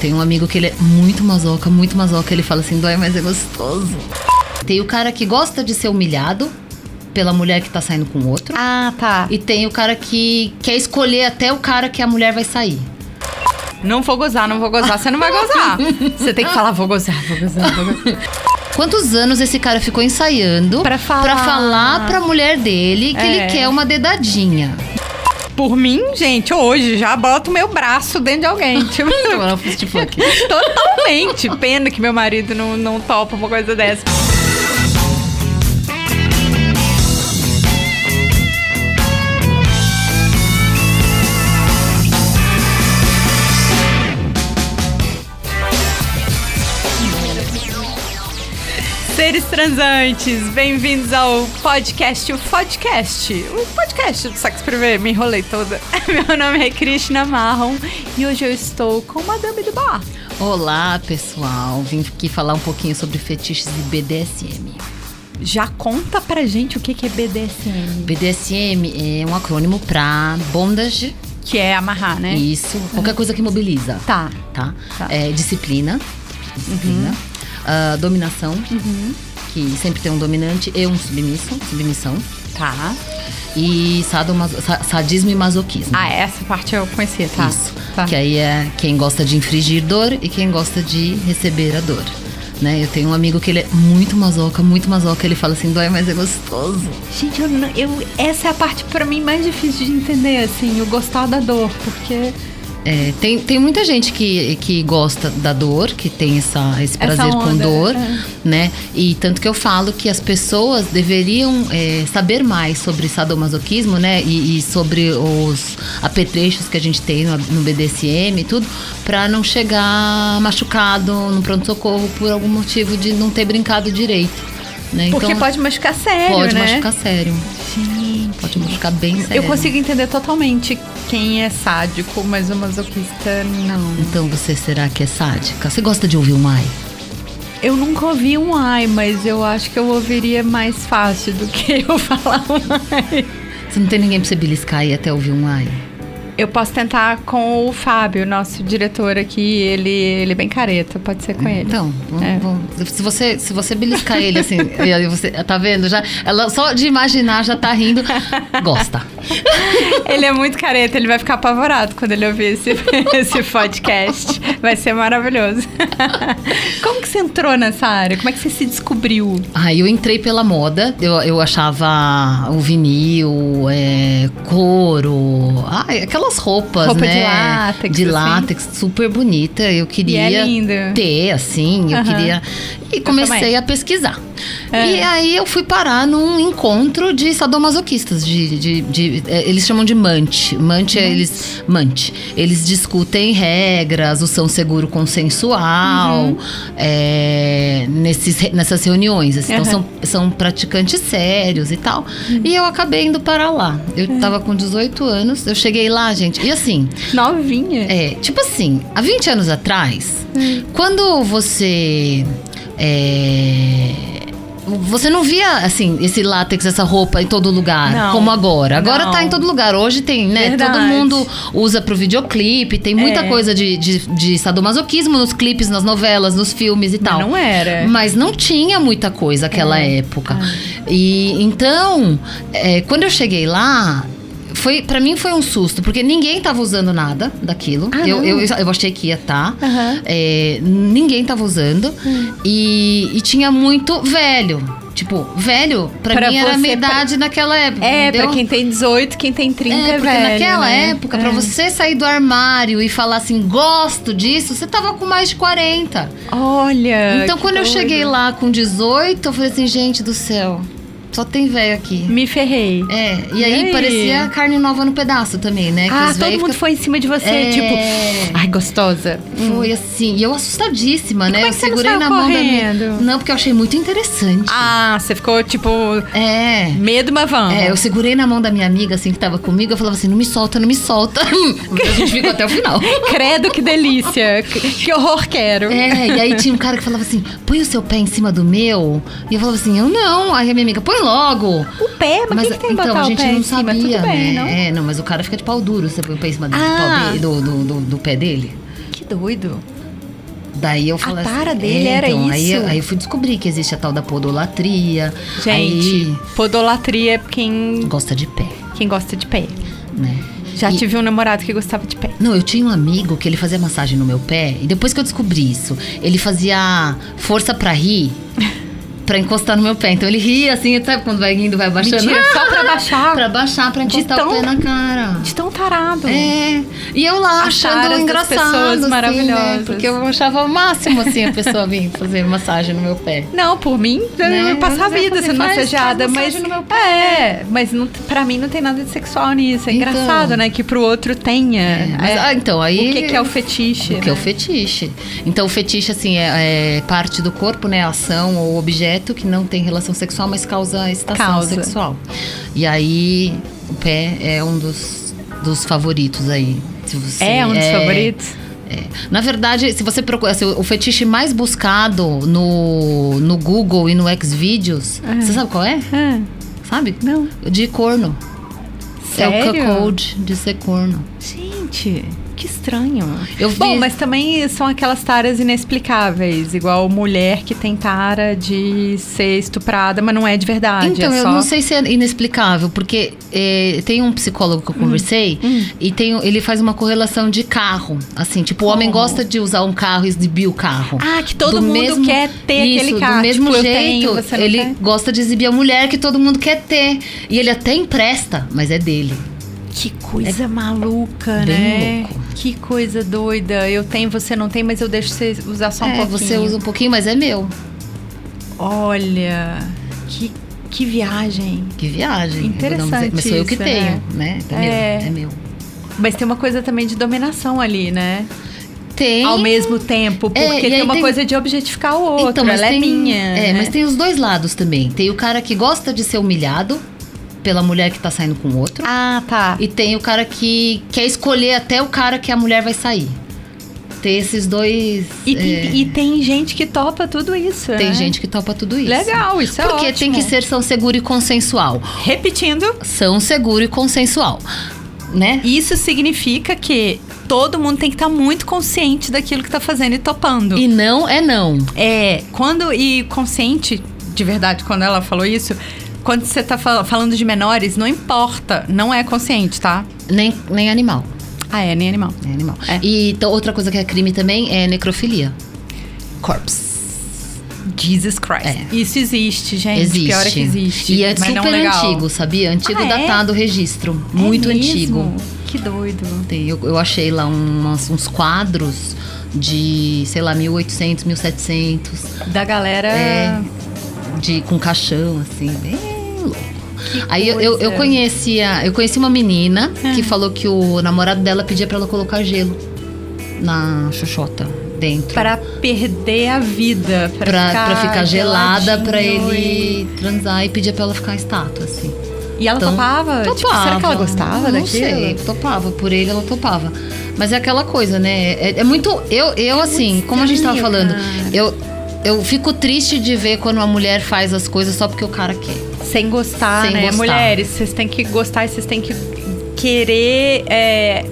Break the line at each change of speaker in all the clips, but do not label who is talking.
Tem um amigo que ele é muito masoca, muito masoca. Ele fala assim, dói, mas é gostoso. Tem o cara que gosta de ser humilhado pela mulher que tá saindo com o outro.
Ah, tá.
E tem o cara que quer escolher até o cara que a mulher vai sair.
Não vou gozar, não vou gozar. Você não vai gozar. Você tem que falar, vou gozar, vou gozar, vou gozar.
Quantos anos esse cara ficou ensaiando
Pra falar.
pra falar pra mulher dele que
É.
ele quer uma dedadinha?
Por mim, gente, hoje já boto meu braço dentro de alguém. Tipo,
Ela fosse tipo aqui.
totalmente. Pena que meu marido não, não topa uma coisa dessa. Seres transantes, bem-vindos ao podcast, o podcast, o podcast do Sexo Privé, me enrolei toda. Meu nome é Krishna Marron e hoje eu estou com Madame do Bar.
Olá, pessoal. Vim aqui falar um pouquinho sobre fetiches e BDSM.
Já conta pra gente o que, que é BDSM.
BDSM é um acrônimo pra bondage,
Que é amarrar, né?
isso, qualquer coisa que mobiliza,
Tá.
tá?
Tá. Uhum.
É, disciplina, disciplina, Ah, dominação, que sempre tem um dominante e um submisso, submissão,
Tá.
e sadomaso- sa- sadismo e masoquismo.
Ah, essa parte eu conhecia, tá?
Isso.
Tá.
Que aí é quem gosta de infringir dor e quem gosta de receber a dor. Né? Eu tenho um amigo que ele é muito masoca, muito masoca. Ele fala assim, dói, mas é gostoso.
Gente, eu, não- eu, essa é a parte pra mim mais difícil de entender, assim, o gostar da dor, porque
É, tem, tem muita gente que, que gosta da dor, que tem essa, esse
Essa
prazer com
onda,
dor,
é.
né? E tanto que eu falo que as pessoas deveriam é, saber mais sobre sadomasoquismo, né? E, e sobre os apetrechos que a gente tem no, no BDSM e tudo, pra não chegar machucado no pronto-socorro por algum motivo de não ter brincado direito, né?
porque
então,
pode machucar sério,
pode
né?
machucar sério,
Gente.
pode machucar bem sério.
Eu consigo entender totalmente quem é sádico, mas o masoquista não.
Então você será que é sádica? Você gosta de ouvir um ai?
Eu nunca ouvi um ai, mas eu acho que eu ouviria mais fácil do que eu falar um ai.
Você não tem ninguém pra você beliscar e até ouvir um ai?
Eu posso tentar com o Fábio, nosso diretor aqui. Ele, ele é bem careta, pode ser com ele.
Então, vamos,
É.
vamos- se, você, se você beliscar ele assim, e aí você, tá vendo? Já, ela só de imaginar já tá rindo. Gosta.
Ele é muito careta, ele vai ficar apavorado quando ele ouvir esse, esse podcast. Vai ser maravilhoso. Como que você entrou nessa área? Como é que você se descobriu?
Aí eu entrei pela moda, eu, eu achava o vinil, é, couro, ai, aquelas roupas,
Roupa de
né?
látex,
De
assim.
látex, super bonita. Eu
E
queria.
é linda.
ter, assim, eu
Aham.
queria. E comecei
também.
a pesquisar.
É.
E aí eu fui parar num encontro de sadomasoquistas, de, de, de- é, eles chamam de mante. Mante, é eles mante. Eles discutem regras, o são seguro consensual,
Uhum.
é, nesses, re- nessas reuniões. assim. Então
Aham. Uhum.
são, são praticantes sérios e tal. E eu acabei indo para lá.
É.
Eu tava com 18 anos, eu cheguei lá, gente. E assim,
Novinha.
é, tipo assim, há 20 anos atrás,
Hum.
quando você. é, você não via, assim, esse látex, essa roupa em todo lugar,
Não.
como agora. Agora
Não.
tá em todo lugar. Hoje tem, né? Todo
Verdade.
mundo usa pro videoclipe, tem muita
É.
coisa de, de, de sadomasoquismo nos clipes, nas novelas, nos filmes e tal.
Não é. era.
Mas não tinha muita coisa naquela
É.
época.
Ah.
E então, é, quando eu cheguei lá, foi para mim foi um susto, porque ninguém tava usando nada daquilo.
Ah,
eu,
não?
eu, eu achei que ia estar. Tá.
Aham. Hum.
É, ninguém tava usando. E, e tinha muito velho. Tipo, velho, pra,
Pra
mim era a
você,
minha
pra-
idade naquela época.
É,
entendeu?
pra quem tem 18, quem tem 30 é,
É, porque
velho,
naquela
né?
época,
É.
pra você sair do armário e falar assim, gosto disso, você tava com mais de 40.
Olha.
Então,
que
quando eu
doido.
cheguei lá com 18, eu falei assim, gente do céu, só tem velho aqui.
Me ferrei.
É, e
E
aí,
aí?
parecia carne nova no pedaço também, né? Que
ah,
os
todo
véio
mundo
fica-
foi em cima de você,
É.
tipo. Ai, gostosa.
Foi assim, e eu assustadíssima, né? eu
hum. como é que você não
segurei
saiu
na mão da minha.
correndo?
Não, porque eu achei muito interessante.
Ah, você ficou tipo.
É.
Medo, mas vamos.
É, eu segurei na mão da minha amiga, assim, que tava comigo, eu falava assim, não me solta, não me solta. Mas a gente ficou até o final.
Credo, que delícia. que que horror quero.
É, e aí tinha um cara que falava assim, põe o seu pé em cima do meu. E eu falava assim, eu não. Aí a minha amiga, põe logo.
O pé? Mas, quem que tem que
então,
botar
a
o
gente
pé
não
em cima?
sabia,
Tudo
né?
bem, não?
É, não, mas o cara fica de pau duro, você põe o pé em cima do,
Ah.
pau dele- do, do- do- do pé dele.
Que doido.
Daí eu falei assim,
tara dele era
então, Aí,
isso?
aí eu fui descobrir que existe a tal da podolatria.
Gente,
Aí,
podolatria é quem,
gosta de pé,
quem gosta de pé.
né?
Já
E-
tive um namorado que gostava de pé.
Não, eu tinha um amigo que ele fazia massagem no meu pé e depois que eu descobri isso, ele fazia força pra rir, pra encostar no meu pé. Então ele ria assim, sabe quando vai rindo, vai baixando?
Mentira, só pra baixar.
pra baixar, pra
De
encostar
tão-
o pé na cara.
De tão tarado.
É, e eu lá
As
achando
caras das
engraçado,
pessoas
assim, né?
maravilhosas.
Porque eu achava o máximo, assim, a pessoa vir fazer massagem no meu pé.
Não, por mim, eu
Né?
ia passar a
Você vai
vida
fazer,
sendo
faz-
massajada,
faz
mas
massagem no meu
é, mas não, pra mim não tem nada de sexual nisso. É
Então.
engraçado, né, que pro outro tenha.
É, mas,
É,
ah, então, aí...
o que, que é o fetiche?
O que é o
né?
fetiche. Então, o fetiche, assim, é, é parte do corpo, né? Ação ou objeto que não tem relação sexual, mas causa excitação
Causa.
sexual. E aí, o pé é um dos, dos favoritos aí. Se você-
É um dos favoritos?
é. Na verdade, se você procurar assim, o fetiche mais buscado no, no Google e no Xvideos, você sabe qual é?
Ah,
Sabe?
não.
De corno. É o
Sério?
cuckold de ser corno.
Gente, que estranho.
Eu vi-
Bom, mas também são aquelas taras inexplicáveis, igual mulher que tem tara de ser estuprada, mas não é de verdade.
Então,
é
eu
só...
não sei se é inexplicável, porque eh, tem um psicólogo
Hum,
que eu conversei e tem, ele faz uma correlação de carro. Assim, tipo, o homem
Como?
gosta de usar um carro e exibir o carro.
Ah, que todo
Do
mundo
mesmo-
quer ter
Isso,
aquele carro.
Do mesmo
Tipo, eu
jeito,
tenho, você não
ele
tem?
gosta de exibir a mulher que todo mundo quer ter. E ele até empresta, mas é dele.
Que coisa maluca,
bem
né?
louco.
Que coisa doida. Eu tenho, você não tem, mas eu deixo você usar só um
é,
pouquinho.
você usa um pouquinho, mas é meu.
um- Olha, que, que viagem.
Que viagem. Eu vou dar um
Interessante
exemplo, Mas sou eu que
isso,
tenho, né?
É.
É, meu, é meu.
Mas tem uma coisa também de dominação ali, né?
Tem.
Ao mesmo tempo, porque
É, e
tem
aí
uma
tem- Então,
coisa de objetificar o outro. ela é minha.
É, mas tem os dois lados também. Tem o cara que gosta de ser humilhado pela mulher que tá saindo com o outro.
Ah, tá.
E tem o cara que quer escolher até o cara que a mulher vai sair. Tem esses dois.
E,
é,
e- e tem gente que topa tudo isso.
tem
né?
gente que topa tudo isso.
Legal, isso é
Porque tem
ótimo.
que ser são seguro e consensual.
Repetindo,
São seguro e consensual. Né?
Isso significa que todo mundo tem que estar muito consciente daquilo que tá fazendo e topando.
E não é não.
é, quando e consciente de verdade quando ela falou isso, quando você tá fal- falando de menores, não importa, não é consciente, tá?
Nem, nem animal.
Ah, é, nem animal.
Nem animal.
É.
E então, outra coisa que é crime também é necrofilia. Corpse.
Jesus Christ. É. Isso existe, gente.
Existe.
Pior é que existe.
E é
mas não
super
legal.
antigo, sabia? Antigo
Ah, é?
datado o registro.
É
muito
mesmo?
antigo.
Que doido.
Tem- Eu, eu achei lá um, umas- uns quadros de, sei lá, 1800, 1700,
Da galera.
É. de, com caixão, assim, bem louco. Aí eu, eu, eu
coisa. Ah.
conhecia, eu conheci uma menina que falou que o namorado dela pedia pra ela colocar gelo na xoxota dentro.
Pra perder a vida. Pra,
Pra, pra ficar gelada, pra
geladinho e-
ele transar e pedia pra ela ficar estátua, assim.
E ela
Então,
topava? Tipo, será que ela gostava
não
daquilo?
sei, topava. Por ele, ela topava. Mas é aquela coisa, né? É, é muito... Eu, eu assim, como a gente tava
estranho,
falando,
cara.
eu, eu fico triste de ver quando uma mulher faz as coisas só porque o cara quer.
Sem gostar,
Sem
né?
gostar.
Mulheres, vocês têm que gostar e vocês têm que querer. é,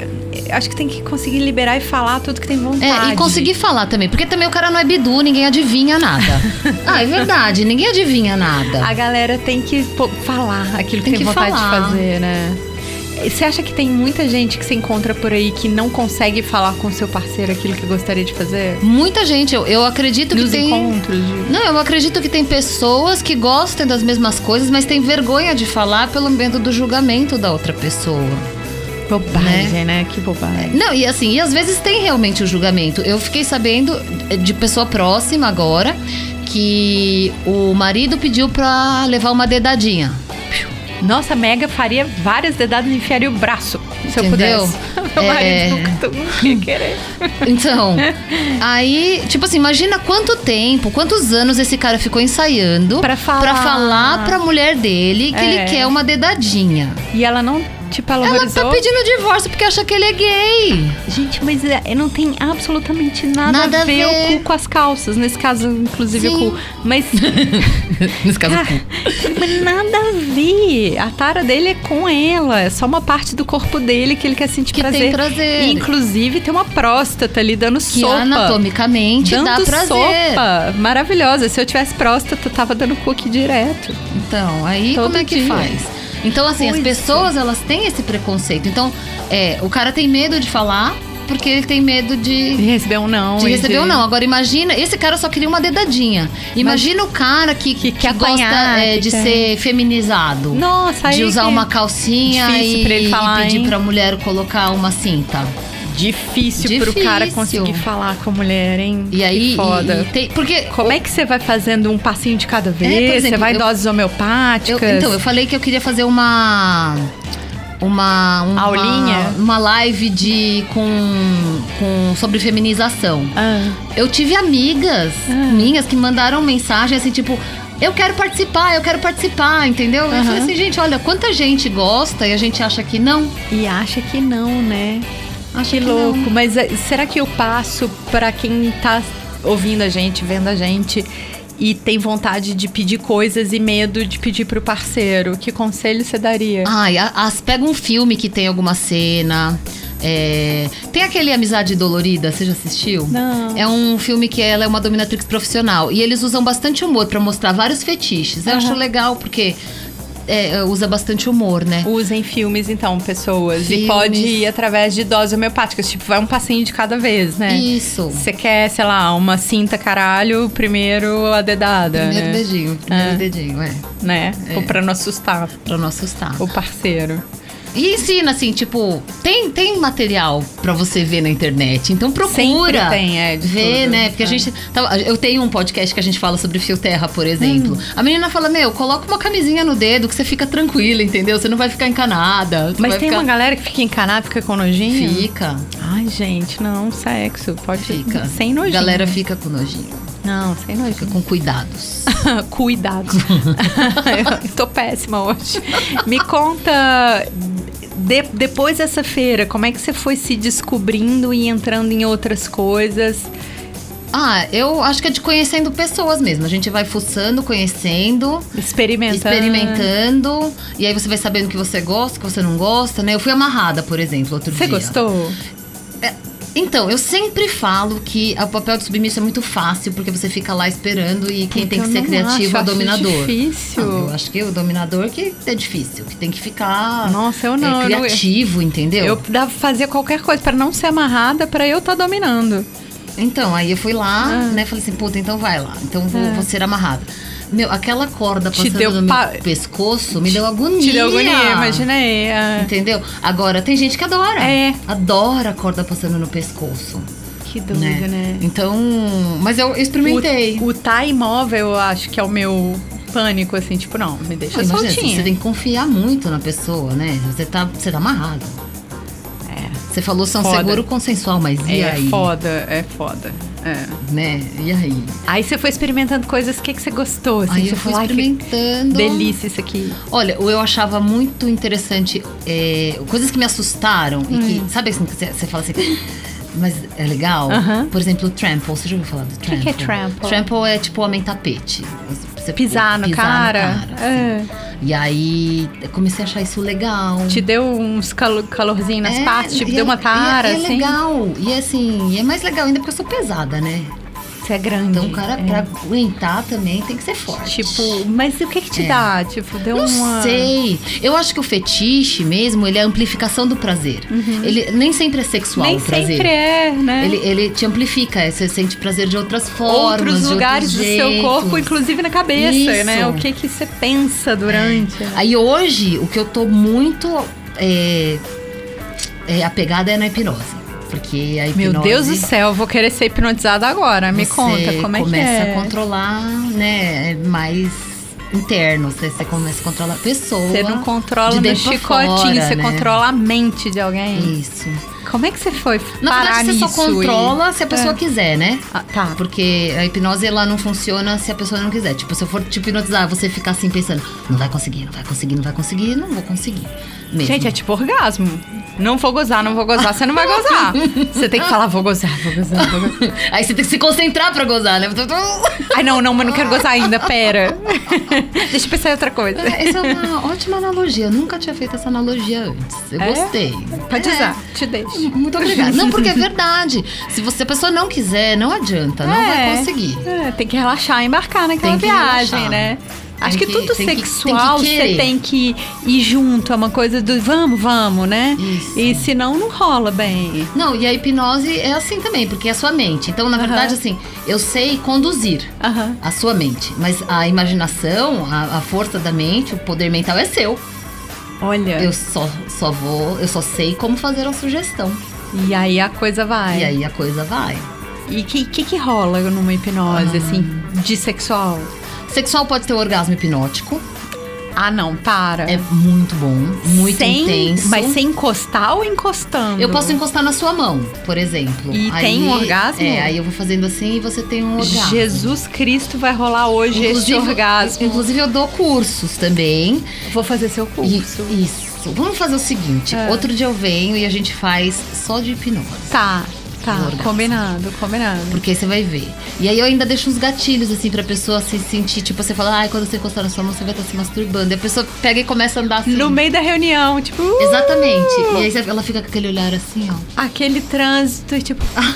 acho que tem que conseguir liberar e falar tudo que tem vontade.
É, e conseguir falar também. Porque também o cara não é bidu, ninguém adivinha nada. ah, é verdade, ninguém adivinha nada.
A galera tem que pô, falar aquilo que
Tem
tem,
que
vontade
falar.
de fazer, né? E Você acha que tem muita gente que se encontra por aí que não consegue falar com seu parceiro aquilo que gostaria de fazer?
Muita gente, eu, eu acredito que
Nos
tem...
encontros? de-
Não, eu acredito que tem pessoas que gostam das mesmas coisas, mas têm vergonha de falar pelo medo do julgamento da outra pessoa.
Bobagem, né? Que bobagem.
Não, e assim, e às vezes tem realmente o julgamento. Eu fiquei sabendo de pessoa próxima agora que o marido pediu pra levar uma dedadinha.
Nossa, a Mega faria várias dedadas e enfiaria o braço, se
Entendeu?
eu pudesse. Meu
É.
marido nunca, nunca ia querer.
Então, aí, tipo assim, imagina quanto tempo, quantos anos esse cara ficou ensaiando
Pra falar.
pra falar pra mulher dele que
É.
ele quer uma dedadinha.
E ela não Tipo, ela
Ela
horrorizou.
tá pedindo divórcio porque acha que ele é gay.
Gente, mas é, não tem absolutamente nada,
Nada
a
a
ver, o
ver.
cu com as calças. Nesse caso, inclusive,
Sim.
o cu. Mas,
Nesse caso,
cara, mas nada a ver. A tara dele é com ela. É só uma parte do corpo dele que ele quer sentir
Que tem
prazer.
prazer.
E, inclusive, tem uma próstata ali dando
que
sopa.
anatomicamente dá
Dando
prazer.
sopa. Maravilhosa. Se eu tivesse próstata, eu tava dando cu aqui direto.
Então, aí
Todo
como é que
dia.
faz? Então, assim, as
Pois é.
pessoas, elas têm esse preconceito. Então, é, o cara tem medo de falar porque ele tem medo de...
De receber um não.
De
e
receber ou não. Agora imagina, esse cara só queria uma dedadinha. Imagina o cara que,
Que quer
gosta
apanhar,
é,
que
de
quer-
ser feminizado.
Nossa, aí
de usar
que-
uma calcinha
Difícil
e,
pra ele falar,
e pedir
hein?
pra mulher colocar uma cinta.
Difícil, pro cara
Difícil.
conseguir falar com a mulher, hein?
E aí.
Que foda.
e- e tem- porque.
Como é que você vai fazendo um passinho de cada vez? você
exemplo,
vai em
eu-
doses
eu-
homeopáticas?
então, eu falei que eu queria fazer uma. Uma, uma
Aulinha?
uma live de com, com sobre feminização.
Ah,
Eu tive amigas
Ah.
minhas que mandaram mensagem assim, tipo, eu quero participar, eu quero participar, entendeu? Eu falei
Aham.
assim, gente, olha, quanta gente gosta e a gente acha que não.
e acha que não, né?
Acha
Que
que não.
louco. Mas eh, será que eu passo pra quem tá ouvindo a gente, vendo a gente e tem vontade de pedir coisas e medo de pedir pro parceiro? Que conselho você daria?
Ai, a- as, pega um filme que tem alguma cena. é, tem aquele Amizade Dolorida, você já assistiu?
Não.
É um filme que ela é uma dominatrix profissional. E eles usam bastante humor pra mostrar vários fetiches. Eu acho
Aham.
legal porque é, usa bastante humor, né?
Usem filmes, então, pessoas. E
Filmes.
pode ir através de doses homeopáticas. Tipo, vai um passinho de cada vez, né?
Isso.
Você quer, sei lá, uma cinta caralho, primeiro a dedada,
Primeiro
né?
dedinho, primeiro
É.
dedinho, é.
né? Ou pra não assustar
Pra não assustar.
o parceiro.
E ensina, assim, tipo, tem, tem material pra você ver na internet. Então procura.
Sempre tem, é, de
Vê,
tudo,
né? Porque a
é.
gente. tá, Eu tenho um podcast que a gente fala sobre fio terra, por exemplo.
Hum.
A menina fala: Meu, coloca uma camisinha no dedo que você fica tranquila, entendeu? Você não vai ficar encanada. você
Mas
vai
tem um
ficar...
uma galera que fica encanada, fica com nojinho?
Fica,
Ai, gente, não, sexo. Pode
fica.
Sem nojinho.
Galera fica com nojinho.
Não, sem
Fica
nojinho.
com cuidados.
Cuidado. Eu tô péssima hoje. Me conta. de- depois dessa feira, como é que você foi se descobrindo e entrando em outras coisas?
Ah, eu acho que é de conhecendo pessoas mesmo. A gente vai fuçando, conhecendo.
Experimentando.
experimentando. E aí você vai sabendo o que você gosta, o que você não gosta, né? Eu fui amarrada, por exemplo, outro
Você
dia.
gostou?
Então, eu sempre falo que o papel de submisso é muito fácil, porque você fica lá esperando e quem tem
Eu
que ser
não
criativo
acho,
é o
acho
dominador.
difícil.
Não, eu acho que o dominador que é difícil, que tem que ficar
Nossa, eu
é,
não, eu não-
criativo, entendeu?
Eu dava- fazia qualquer coisa pra não ser amarrada, pra eu estar dominando.
Então, aí eu fui lá,
Ah.
né? Falei assim, puta, então vai lá. Então vou, vou ser amarrada. Meu, aquela corda
É. Te
passando
deu
no
pa-
meu pescoço me deu agonia.
Tirei agonia, imaginei. ah,
Entendeu? Agora, tem gente que adora.
É.
Adora a corda passando no pescoço.
Que doido, né?
Então. Mas eu experimentei.
O, o tá imóvel, eu acho que é o meu pânico, assim, tipo, não, me deixa
Ah, imagina,
soltinha.
você tem que confiar muito na pessoa, né? Você tá, você tá amarrado.
É,
Você falou são
Foda.
seguro consensual, mas e
é
aí?
foda, é foda. É.
Né? E aí?
Aí você foi experimentando coisas, o que, que você gostou? Assim,
aí
você
eu fui
falou, "Ai, que
experimentando.
delícia isso aqui.
Olha, eu achava muito interessante é, coisas que me assustaram e
Hum.
que, sabe assim, que você você fala assim. Mas é legal?
Aham.
Por exemplo, o trample. Você já ouviu falar do trample?
que é trample?
Trample é tipo homem tapete. Você
Pisar no cara.
cara,
É.
assim. E aí, eu comecei a achar isso legal.
Te deu uns calo- calorzinho Tipo, nas
É,
partes, tipo,
e
deu
é-
uma
e
tara,
é, e é
assim.
legal. E assim, e é mais legal ainda porque eu sou pesada, né?
Você é grande.
Então o cara,
é.
pra aguentar também, tem que ser forte.
Tipo, mas o que que te dá? Tipo, deu
É. Não
uma...
sei. Eu acho que o fetiche mesmo, ele é a amplificação do prazer. Ele nem sempre é sexual
Uhum. Nem
o prazer.
sempre é, né?
Ele, ele te amplifica, é, você sente prazer de outras formas.
Outros
de
lugares do
outros
seu corpo,
jeitos.
inclusive na cabeça,
Isso.
né? O que que você pensa durante. né?
Aí hoje, o que eu tô muito é, é, apegada é na hipnose. Porque a hipnose.
Meu Deus do céu, eu vou querer ser hipnotizada agora. Me
você
conta, como é que
começa
é?
a controlar, né? é Mais interno. Você, você começa a controlar a pessoa.
Você não controla
de
no
dentro pra
chicotinho,
fora,
você
né?
controla a mente de alguém.
Isso.
Como é que você foi
Na
parar
verdade, você
nisso?
só controla se a pessoa
É.
quiser, né?
Ah, tá.
Porque a hipnose ela não funciona se a pessoa não quiser. Tipo, se eu for te hipnotizar, você ficar assim pensando, não vai conseguir, não vai conseguir, não vai conseguir, não vou conseguir. Mesmo.
Gente, é tipo orgasmo. Não vou gozar, não vou gozar, você não vai gozar. Você tem que falar, vou gozar, vou gozar, vou gozar.
Aí você tem que se concentrar pra gozar, né?
Ai, não, não, mas não quero gozar ainda, pera. Deixa eu pensar em outra coisa.
Essa é uma ótima analogia. Eu nunca tinha feito essa analogia antes. Eu
É?
gostei.
Pode
É.
usar, te deixo.
Muito obrigada. Não, porque é verdade. Se você, a pessoa não quiser, não adianta. Não vai
É.
conseguir.
É, tem que relaxar e embarcar
Tem
naquela
que
viagem,
relaxar.
né? Acho que,
que-
tudo
tem que- tem que
sexual você
querer.
tem que ir junto, é uma coisa do vamos, vamos, né?
Isso.
E senão não rola bem.
Não, e a hipnose é assim também, porque é a sua mente. Então, na verdade, assim, eu sei conduzir
Aham.
a sua mente, mas a imaginação, a, a força da mente, o poder mental é seu.
Olha,
Eu só, só vou, eu só sei como fazer a sugestão.
e aí a coisa vai.
E aí a coisa vai.
E o que, que que rola numa
Ah.
hipnose, assim, de sexual?
Sexual pode ter o orgasmo hipnótico,
Ah, não, para.
é muito bom, muito
sem,
intenso.
Mas sem encostar ou encostando?
Eu posso encostar na sua mão, por exemplo.
E tem um orgasmo?
É, aí eu vou fazendo assim e você tem um orgasmo.
Jesus Cristo vai rolar hoje este orgasmo.
Inclusive, eu dou cursos também.
Vou fazer seu
E-
curso.
Isso. Vamos fazer o seguinte:
É.
outro dia eu venho e a gente faz só de hipnose.
Tá, tá.
Do orgasmo.
Combinado, combinado.
Porque aí você vai ver. E aí eu ainda deixo uns gatilhos, assim, pra pessoa se sentir. Tipo, você fala, ai, quando você encostar na sua mão, você vai estar se masturbando. E a pessoa pega e começa a andar assim.
No meio da reunião, tipo, uh,
Exatamente. E aí você- ela fica com aquele olhar assim, ó.
aquele trânsito, e tipo.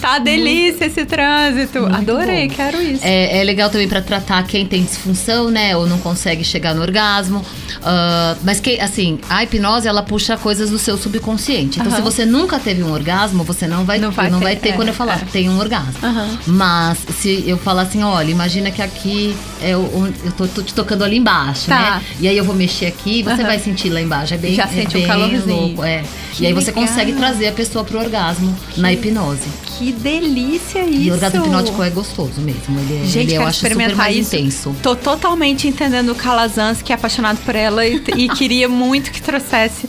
tá delícia esse trânsito. Adorei,
bom.
quero isso.
É, é legal também pra tratar quem tem disfunção, né? Ou não consegue chegar no orgasmo. Ah, mas que, assim, a hipnose, ela puxa coisas do seu subconsciente. Então,
Aham.
se você nunca teve um orgasmo, você não vai,
Não
não
vai
vai,
ter,
ter
é,
quando eu falar,
é.
tem um orgasmo.
Aham.
Mas se eu falar assim, olha, imagina que aqui é o- eu tô, tô te tocando ali embaixo,
Tá.
né? E aí eu vou mexer aqui, você
Aham.
vai sentir lá embaixo. É bem,
Já
é
sente o
bem
calorzinho.
louco, é.
Que
E aí você
legal.
consegue trazer a pessoa pro orgasmo na hipnose.
Que delícia isso.
E o orgasmo hipnótico é gostoso mesmo. Ele, é-
Gente,
ele eu
quero
acho super
experimentar
mais
isso.
intenso.
Tô totalmente entendendo o Calazans, que é apaixonado por ela e, e queria muito que trouxesse,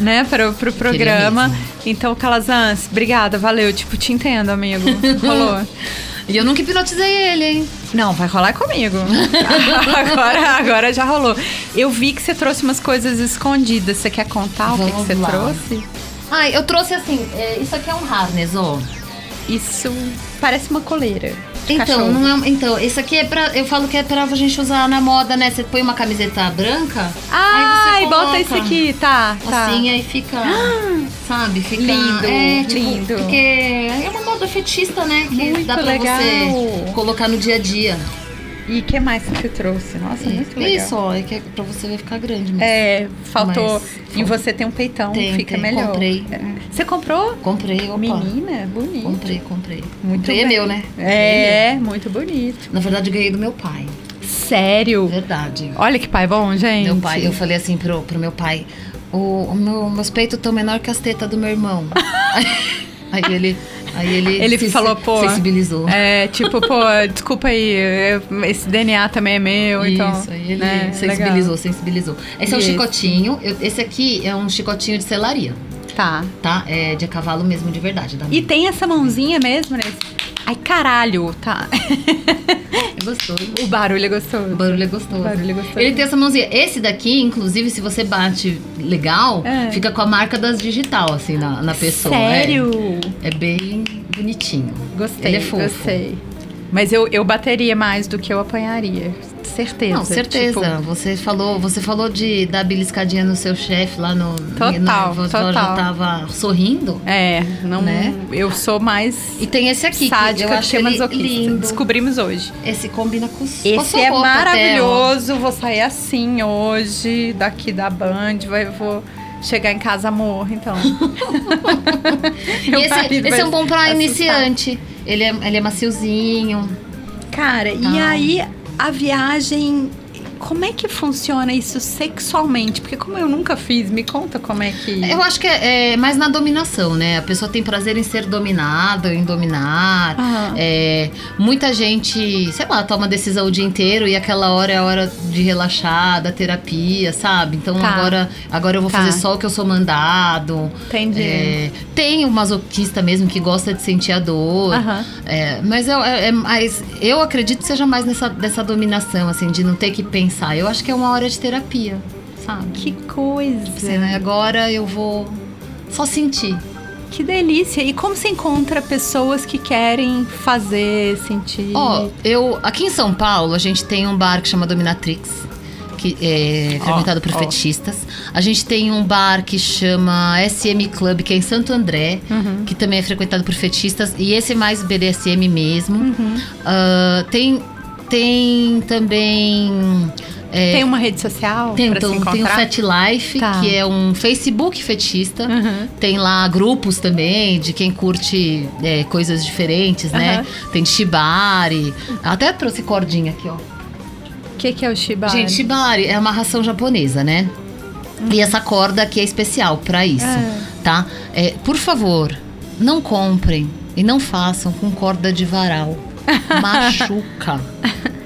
né, para pro programa.
mesmo.
Então, Calazans, obrigada, valeu. Tipo, te entendo, amigo. Rolou.
E eu nunca hipnotizei ele, hein?
Não, vai rolar comigo. agora, agora já rolou. Eu vi que você trouxe umas coisas escondidas. Você quer contar o que,
Vamos
que você
lá.
trouxe?
Ai, eu trouxe assim, é, isso aqui é um harness, ó.
Isso parece uma coleira. de
Então,
cachorro.
não é, um- então, isso aqui é pra. Eu falo que é pra gente usar na moda, né? Você põe uma camiseta branca.
Ai,
aí você
bota
coloca
isso aqui, tá, Ah, tá.
Assim, aí fica. Sabe? Fica.
Lindo,
é, tipo,
lindo.
Porque é uma moda fetista, né? Que
Muito
dá pra
legal.
você colocar no dia a dia.
E o que mais que você trouxe? Nossa, muito legal.
é- Isso, ó, é que é pra você vai ficar grande mesmo.
É, faltou.
Mas-
E você tem um peitão,
Tem,
fica
tem,
melhor.
comprei.
É. Você comprou?
Comprei, opa.
Menina, bonito.
Comprei, comprei.
Muito
comprei é
bem.
meu, né?
É, muito bonito.
Na verdade, eu ganhei do meu pai.
Sério?
Verdade.
Olha que pai bom, gente.
Meu pai, eu falei assim pro, pro meu pai, o, o meu, meus peitos tão menor que as tetas do meu irmão. aí ele, aí ele,
Ele falou, pô.
sensibilizou.
É, tipo, pô, desculpa aí, eu- esse DNA também é meu, então.
Isso, aí ele
né,
sensibilizou, sensibilizou. Esse é um
E esse?
chicotinho, eu- esse aqui é um chicotinho de selaria,
legal. Tá.
tá? É de cavalo mesmo, de verdade. Da
E tem essa mãozinha mesmo, né? Ai, caralho, tá.
é gostoso.
O barulho é
O
gostoso.
barulho é gostoso.
O barulho é gostoso.
Ele tem essa mãozinha. Esse daqui, inclusive, se você bate legal,
É.
fica com a marca das digital, assim, na, na pessoa. é.
Sério?
É bem bonitinho.
Gostei,
Ele é fofo.
gostei. Mas eu, eu bateria mais do que eu apanharia. Certeza.
Não, certeza.
tipo,
Você falou, você falou de dar beliscadinha no seu chefe lá no
Total,
na- você
total.
já tava sorrindo.
é, não.
Né?
Eu sou mais
E tem esse aqui que eu
sádica do
acho
que
ele
masoquista.
lindo.
Descobrimos hoje.
Esse combina com,
Esse
com a sua
é
roupa até, ó.
maravilhoso. Vou sair assim hoje, daqui da Band. Vai, vou chegar em casa amor, então.
E
Meu
esse
marido
esse
vai
é um bom pra
assustar.
iniciante. Ele é, ele é maciozinho.
Cara, e
Tá.
aí a viagem Como é que funciona isso sexualmente? Porque como eu nunca fiz, me conta como é que.
Eu acho que é, é mais na dominação, né? A pessoa tem prazer em ser dominada, em dominar.
Aham.
É, muita gente, sei lá, toma decisão o dia inteiro e aquela hora é a hora de relaxar, da terapia, sabe? Então
Tá.
agora, agora eu vou
Tá.
fazer só o que eu sou mandado.
Entendi.
É, tem o masoquista mesmo que gosta de sentir a dor.
Aham.
É, mas eu, é, é mais, eu acredito que seja mais nessa dessa dominação, assim, de não ter que pensar. Eu acho que é uma hora de terapia, sabe?
Que coisa.
Assim, né, Agora eu vou só sentir.
Que delícia! E como você encontra pessoas que querem fazer, sentir?
Ó, eu. Aqui em São Paulo, a gente tem um bar que chama Dominatrix. Que é
Ó,
frequentado por
ó.
fetichistas. A gente tem um bar que chama SM Club, que é em Santo André,
Uhum.
que também é frequentado por fetichistas. E esse é mais BDSM mesmo.
Uhum.
Ah, tem, tem também. é,
tem uma rede social
tem,
pra
então,
se
tem o
encontrar?
Fat Life,
Tá.
que é um Facebook fetista.
Uhum.
Tem lá grupos também de quem curte é, coisas diferentes, né? Tem de shibari. Até trouxe cordinha aqui, ó.
O que, que é o Shibari?
Gente, shibari é uma ração japonesa, né? E essa corda aqui é especial pra isso,
É.
tá? É, por favor, não comprem e não façam com corda de varal. Machuca,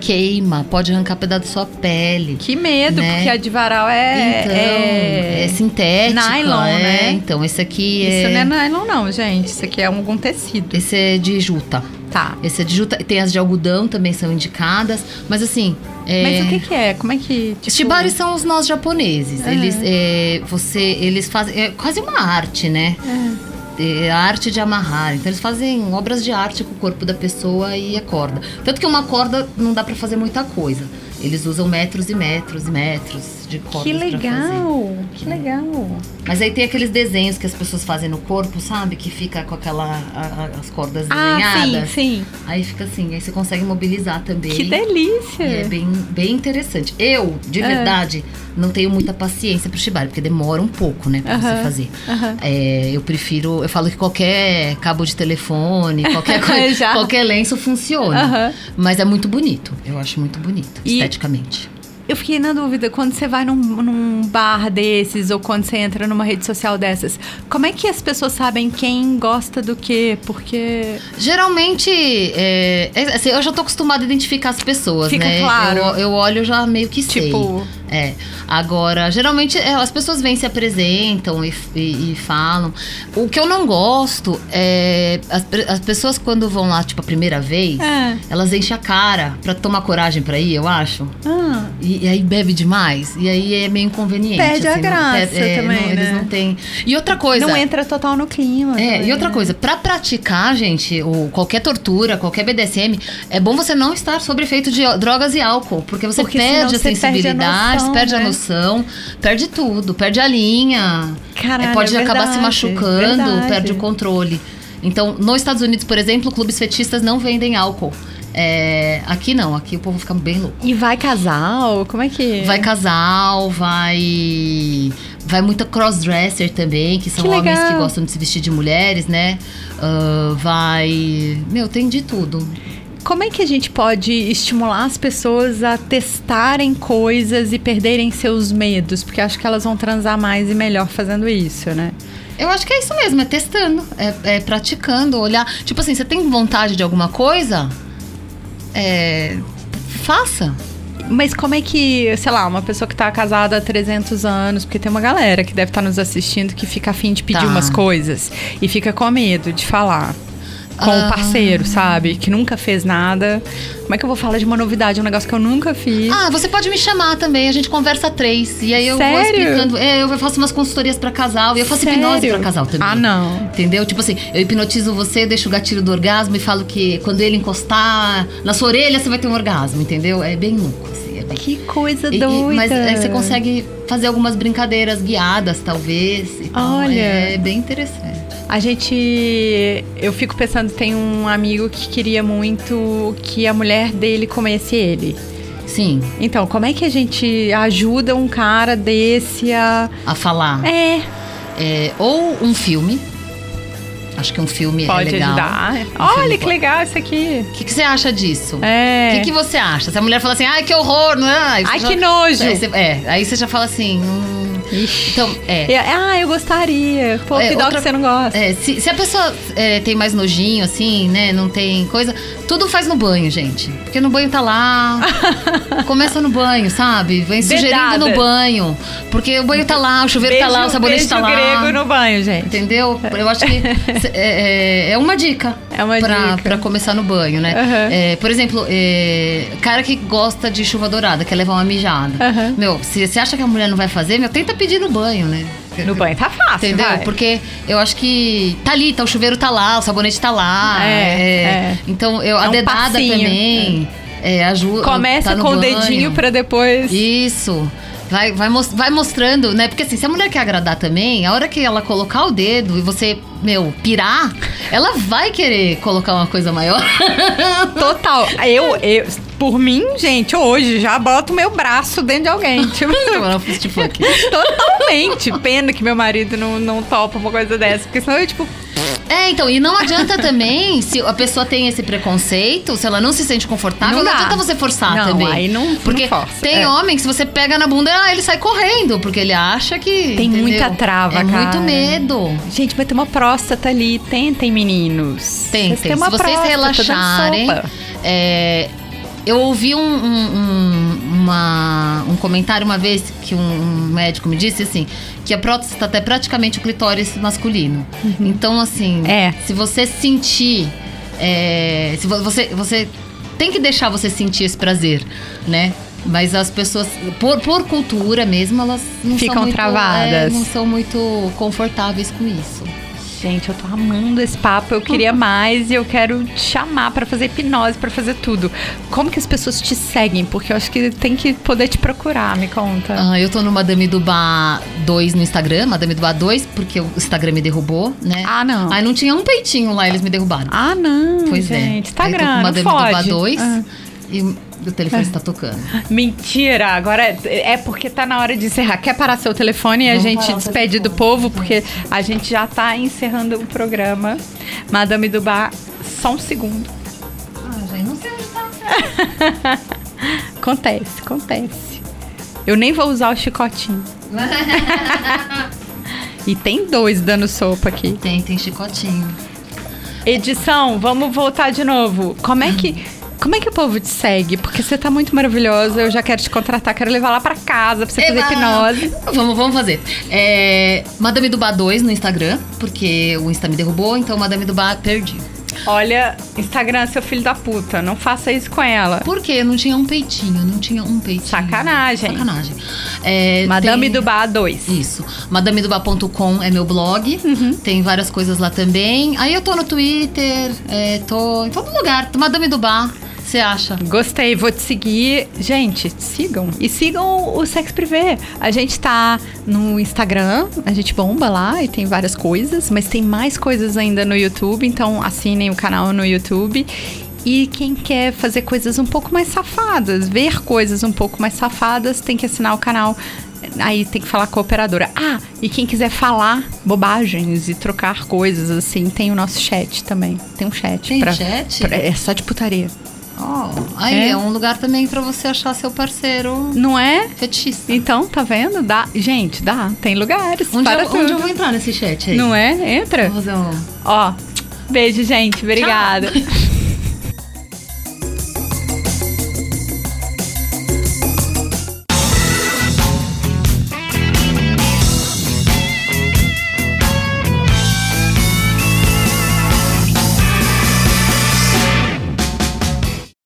queima, pode arrancar pedaço da sua pele.
que medo,
né?
porque a de varal é...
Então,
é-
é, sintético.
nylon,
é.
né?
Então, esse aqui é.
Isso não é nylon não, gente. Isso aqui é algum tecido.
Esse é de juta.
Tá.
Esse é de juta. Tem as de algodão também são indicadas. Mas assim. É...
Mas o que que é? Como é que... tipo-
Shibari são os nós japoneses.
É.
Eles, é, você, eles fazem. É quase uma arte, né?
É.
É a arte de amarrar. Então eles fazem obras de arte com o corpo da pessoa e a corda. Tanto que uma corda não dá pra fazer muita coisa. Eles usam metros e metros e metros de cordas
Que
pra fazer.
legal! Que legal!
Mas aí tem aqueles desenhos que as pessoas fazem no corpo, sabe? Que fica com aquela. a- a- as cordas
Ah, sim,
desenhadas.
sim.
Aí fica assim, aí você consegue mobilizar também.
Que delícia!
É bem, bem interessante. Eu, de
É.
verdade, não tenho muita paciência pro shibari, porque demora um pouco, né, pra
Aham.
você fazer.
Aham.
É, eu prefiro, eu falo que qualquer cabo de telefone, qualquer coisa,
Já.
qualquer lenço funciona.
Aham.
Mas é muito bonito. Eu acho muito bonito,
E-
esteticamente.
Eu fiquei na dúvida, quando você vai num, num bar desses ou quando você entra numa rede social dessas, como é que as pessoas sabem quem gosta do quê? Porque.
Geralmente, é, é, assim, eu já tô acostumada a identificar as pessoas,
Fica
né?
claro.
Eu, eu olho eu já meio que sei.
Tipo.
É. Agora, geralmente é, as pessoas vêm se apresentam e, e- e falam. O que eu não gosto é as, pre- as pessoas quando vão lá, tipo, a primeira vez,
Ah,
elas enchem a cara pra tomar coragem pra ir, eu acho.
ah,
E, e aí bebe demais. E aí é meio inconveniente.
Perde a
não- é,
graça também,
não-
né?
Eles não têm. E outra coisa.
não é entra total no clima.
É,
também,
e outra
né?
coisa, pra praticar, gente, ou qualquer tortura, qualquer BDSM, é bom você não estar sob efeito de ó- drogas e álcool, porque você
Porque senão
perde a
você perde a
sensibilidade,
noção,
perde a
né?
noção, perde tudo, perde a linha,
Caralho,
é, pode
é
acabar se
verdade,
machucando,
verdade.
perde o controle. Então, nos Estados Unidos, por exemplo, clubes fetistas não vendem álcool. É, aqui não, aqui o povo fica bem louco.
E vai casal? Como é que.
Vai casal, vai. Vai muita crossdresser também, que são
Que
homens que
legal.
gostam de se vestir de mulheres, né? Ah, vai. Meu, tem de tudo.
Como é que a gente pode estimular as pessoas a testarem coisas e perderem seus medos? Porque acho que elas vão transar mais e melhor fazendo isso, né?
Eu acho que é isso mesmo, é testando, é, é praticando, olhar. Tipo assim, você tem vontade de alguma coisa? É. Faça.
Mas como é que, sei lá, uma pessoa que tá casada há 300 anos, porque tem uma galera que deve estar nos assistindo que fica afim de pedir
Tá.
umas coisas e fica com medo de falar com
Ah.
o parceiro, sabe? Que nunca fez nada. Como é que eu vou falar de uma novidade, um negócio que eu nunca fiz?
Ah, você pode me chamar também, a gente conversa três. E aí eu vou
Sério?
explicando. É, eu faço umas consultorias pra casal e eu faço hipnose
Sério?
pra casal também.
Ah, não.
Entendeu? Tipo assim, eu hipnotizo você, deixo o gatilho do orgasmo e falo que quando ele encostar na sua orelha, você vai ter um orgasmo, entendeu? É bem louco, assim. É bem...
Que coisa
E- e-
doida.
mas aí você consegue fazer algumas brincadeiras guiadas, talvez. e tal.
Olha.
É bem interessante.
A gente. Eu fico pensando, tem um amigo que queria muito que a mulher dele comesse ele.
Sim,
Então, como é que a gente ajuda um cara desse a.
a falar.
É,
É, ou um filme. Acho que um filme
Pode
é legal.
ajudar.
Um filme
Olha que
pode.
legal isso aqui.
O que, que você acha disso? O
É.
que, que você acha? Se a mulher fala assim, ai, que horror, não é? Aí você
Ai,
já-
que nojo.
Aí você, é, aí você já fala assim. hum. Então, é.
E- Ah, eu gostaria. Pô,
É,
que dó
outra-
que você não gosta.
É, se, se a pessoa é, tem mais nojinho, assim, né? Não tem coisa. Tudo faz no banho, gente. Porque no banho tá lá. começa no banho, sabe? Vem sugerindo
Dedada.
no banho. Porque o banho tá lá, o chuveiro tá lá, o sabonete
beijo
tá lá.
grego no banho, gente.
Entendeu? Eu acho que cê- é, é- é uma dica.
É uma
pra,
dica.
pra começar no banho, né?
Aham.
É, por exemplo, é, cara que gosta de chuva dourada, quer levar uma mijada.
Aham.
Meu, se você acha que a mulher não vai fazer, meu, tenta pedir no banho, né?
No banho tá fácil,
Entendeu?
vai.
Porque eu acho que tá ali, tá, o chuveiro tá lá, o sabonete tá lá.
É,
é.
é.
Então, eu,
É
a
um
dedada
passinho.
também é, ajuda.
Começa
tá no
com o
banho.
dedinho pra depois.
Isso. Vai, vai, mos- vai mostrando, né? Porque assim, se a mulher quer agradar também, a hora que ela colocar o dedo e você, meu, pirar, ela vai querer colocar uma coisa maior.
Total. Eu, eu, por mim, gente, hoje já boto meu braço dentro de alguém. Tipo,
Então, ela fez, tipo, aqui.
totalmente. Pena que meu marido não, não topa uma coisa dessa. Porque senão eu, tipo,
É, então, e não adianta também, se a pessoa tem esse preconceito, se ela não se sente confortável,
Não
não,
dá.
adianta você forçar
Não,
também.
aí não- não
Porque
força,
tem
é.
homem que se você pega na bunda, ah, ele sai correndo, porque ele acha que.
Tem
entendeu?
muita trava,
é
cara.
Muito medo.
Gente, vai ter uma próstata ali. Tentem, meninos.
Tem,
Vocês
tem.
têm uma
Se vocês
próstata,
relaxarem.
dando sopa.
é, eu ouvi um, um- um- uma- um comentário uma vez que um médico me disse assim: que a próstata é praticamente o clitóris masculino. Então, assim,
Uhum. É.
se você sentir. é, se vo- você, você tem que deixar você sentir esse prazer, né? Mas as pessoas, por, por cultura mesmo, elas não
Ficam
são muito, é,
travadas.
não são muito confortáveis com isso.
Gente, eu tô amando esse papo. Eu
Uhum.
queria mais e eu quero te chamar pra fazer hipnose, pra fazer tudo. Como que as pessoas te seguem? Porque eu acho que tem que poder te procurar, me conta.
Ah, eu tô no Madame do Bar 2 no Instagram, Madame do Bar 2, porque o Instagram me derrubou, né?
Ah, não.
Aí não tinha um peitinho lá, eles me derrubaram.
Ah, não.
pois é.
gente, Instagram,
Aí eu tô com
não
Madame do Bar
fode.
2
Ah.
e o telefone está tocando.
Mentira! Agora é é porque tá na hora de encerrar. Quer parar seu telefone e a
Vamos
gente
parar o
despede do
telefone.
povo? Porque a gente já tá encerrando o programa. Madame do Bar, só um segundo.
Ah, já não sei onde tá.
Acontece, acontece. Eu nem vou usar o chicotinho. E tem dois dando sopa aqui.
tem, tem chicotinho.
Edição, vamos voltar de novo. Como é que. Como é que o povo te segue? Porque você tá muito maravilhosa, eu já quero te contratar, quero levar lá pra casa pra você fazer
Eba!
hipnose.
Vamos, vamos fazer. É, Madame do Bar 2 no Instagram, porque o Insta me derrubou, então Madame do Bar perdi.
Olha, Instagram, seu filho da puta, não faça isso com ela.
Porque não tinha um peitinho, não tinha um peitinho.
Sacanagem.
Sacanagem. É,
Madame
tem-
do Bar 2.
Isso. MadameDubá.com é meu blog.
Uhum.
Tem várias coisas lá também. Aí eu tô no Twitter, é, tô em todo lugar. Madame Dubá, você acha?
Gostei, vou te seguir. Gente, sigam. E sigam o Sex Privé. A gente tá no Instagram, a gente bomba lá e tem várias coisas, mas tem mais coisas ainda no YouTube, então assinem o canal no YouTube. E quem quer fazer coisas um pouco mais safadas, ver coisas um pouco mais safadas, tem que assinar o canal. Aí tem que falar com a operadora. Ah, e quem quiser falar bobagens e trocar coisas assim, tem o nosso chat também. Tem um chat.
Tem chat?
pra- é só de putaria.
Oh, aí é.
É.
um lugar também pra você achar seu parceiro
Não é?
fetichista.
Então, tá vendo? Dá. Gente, dá. Tem lugares
Onde,
para
eu,
tudo.
onde eu vou entrar nesse chat aí?
Não é? Entra.
Vou fazer um...
Ó. Beijo, gente. Obrigada.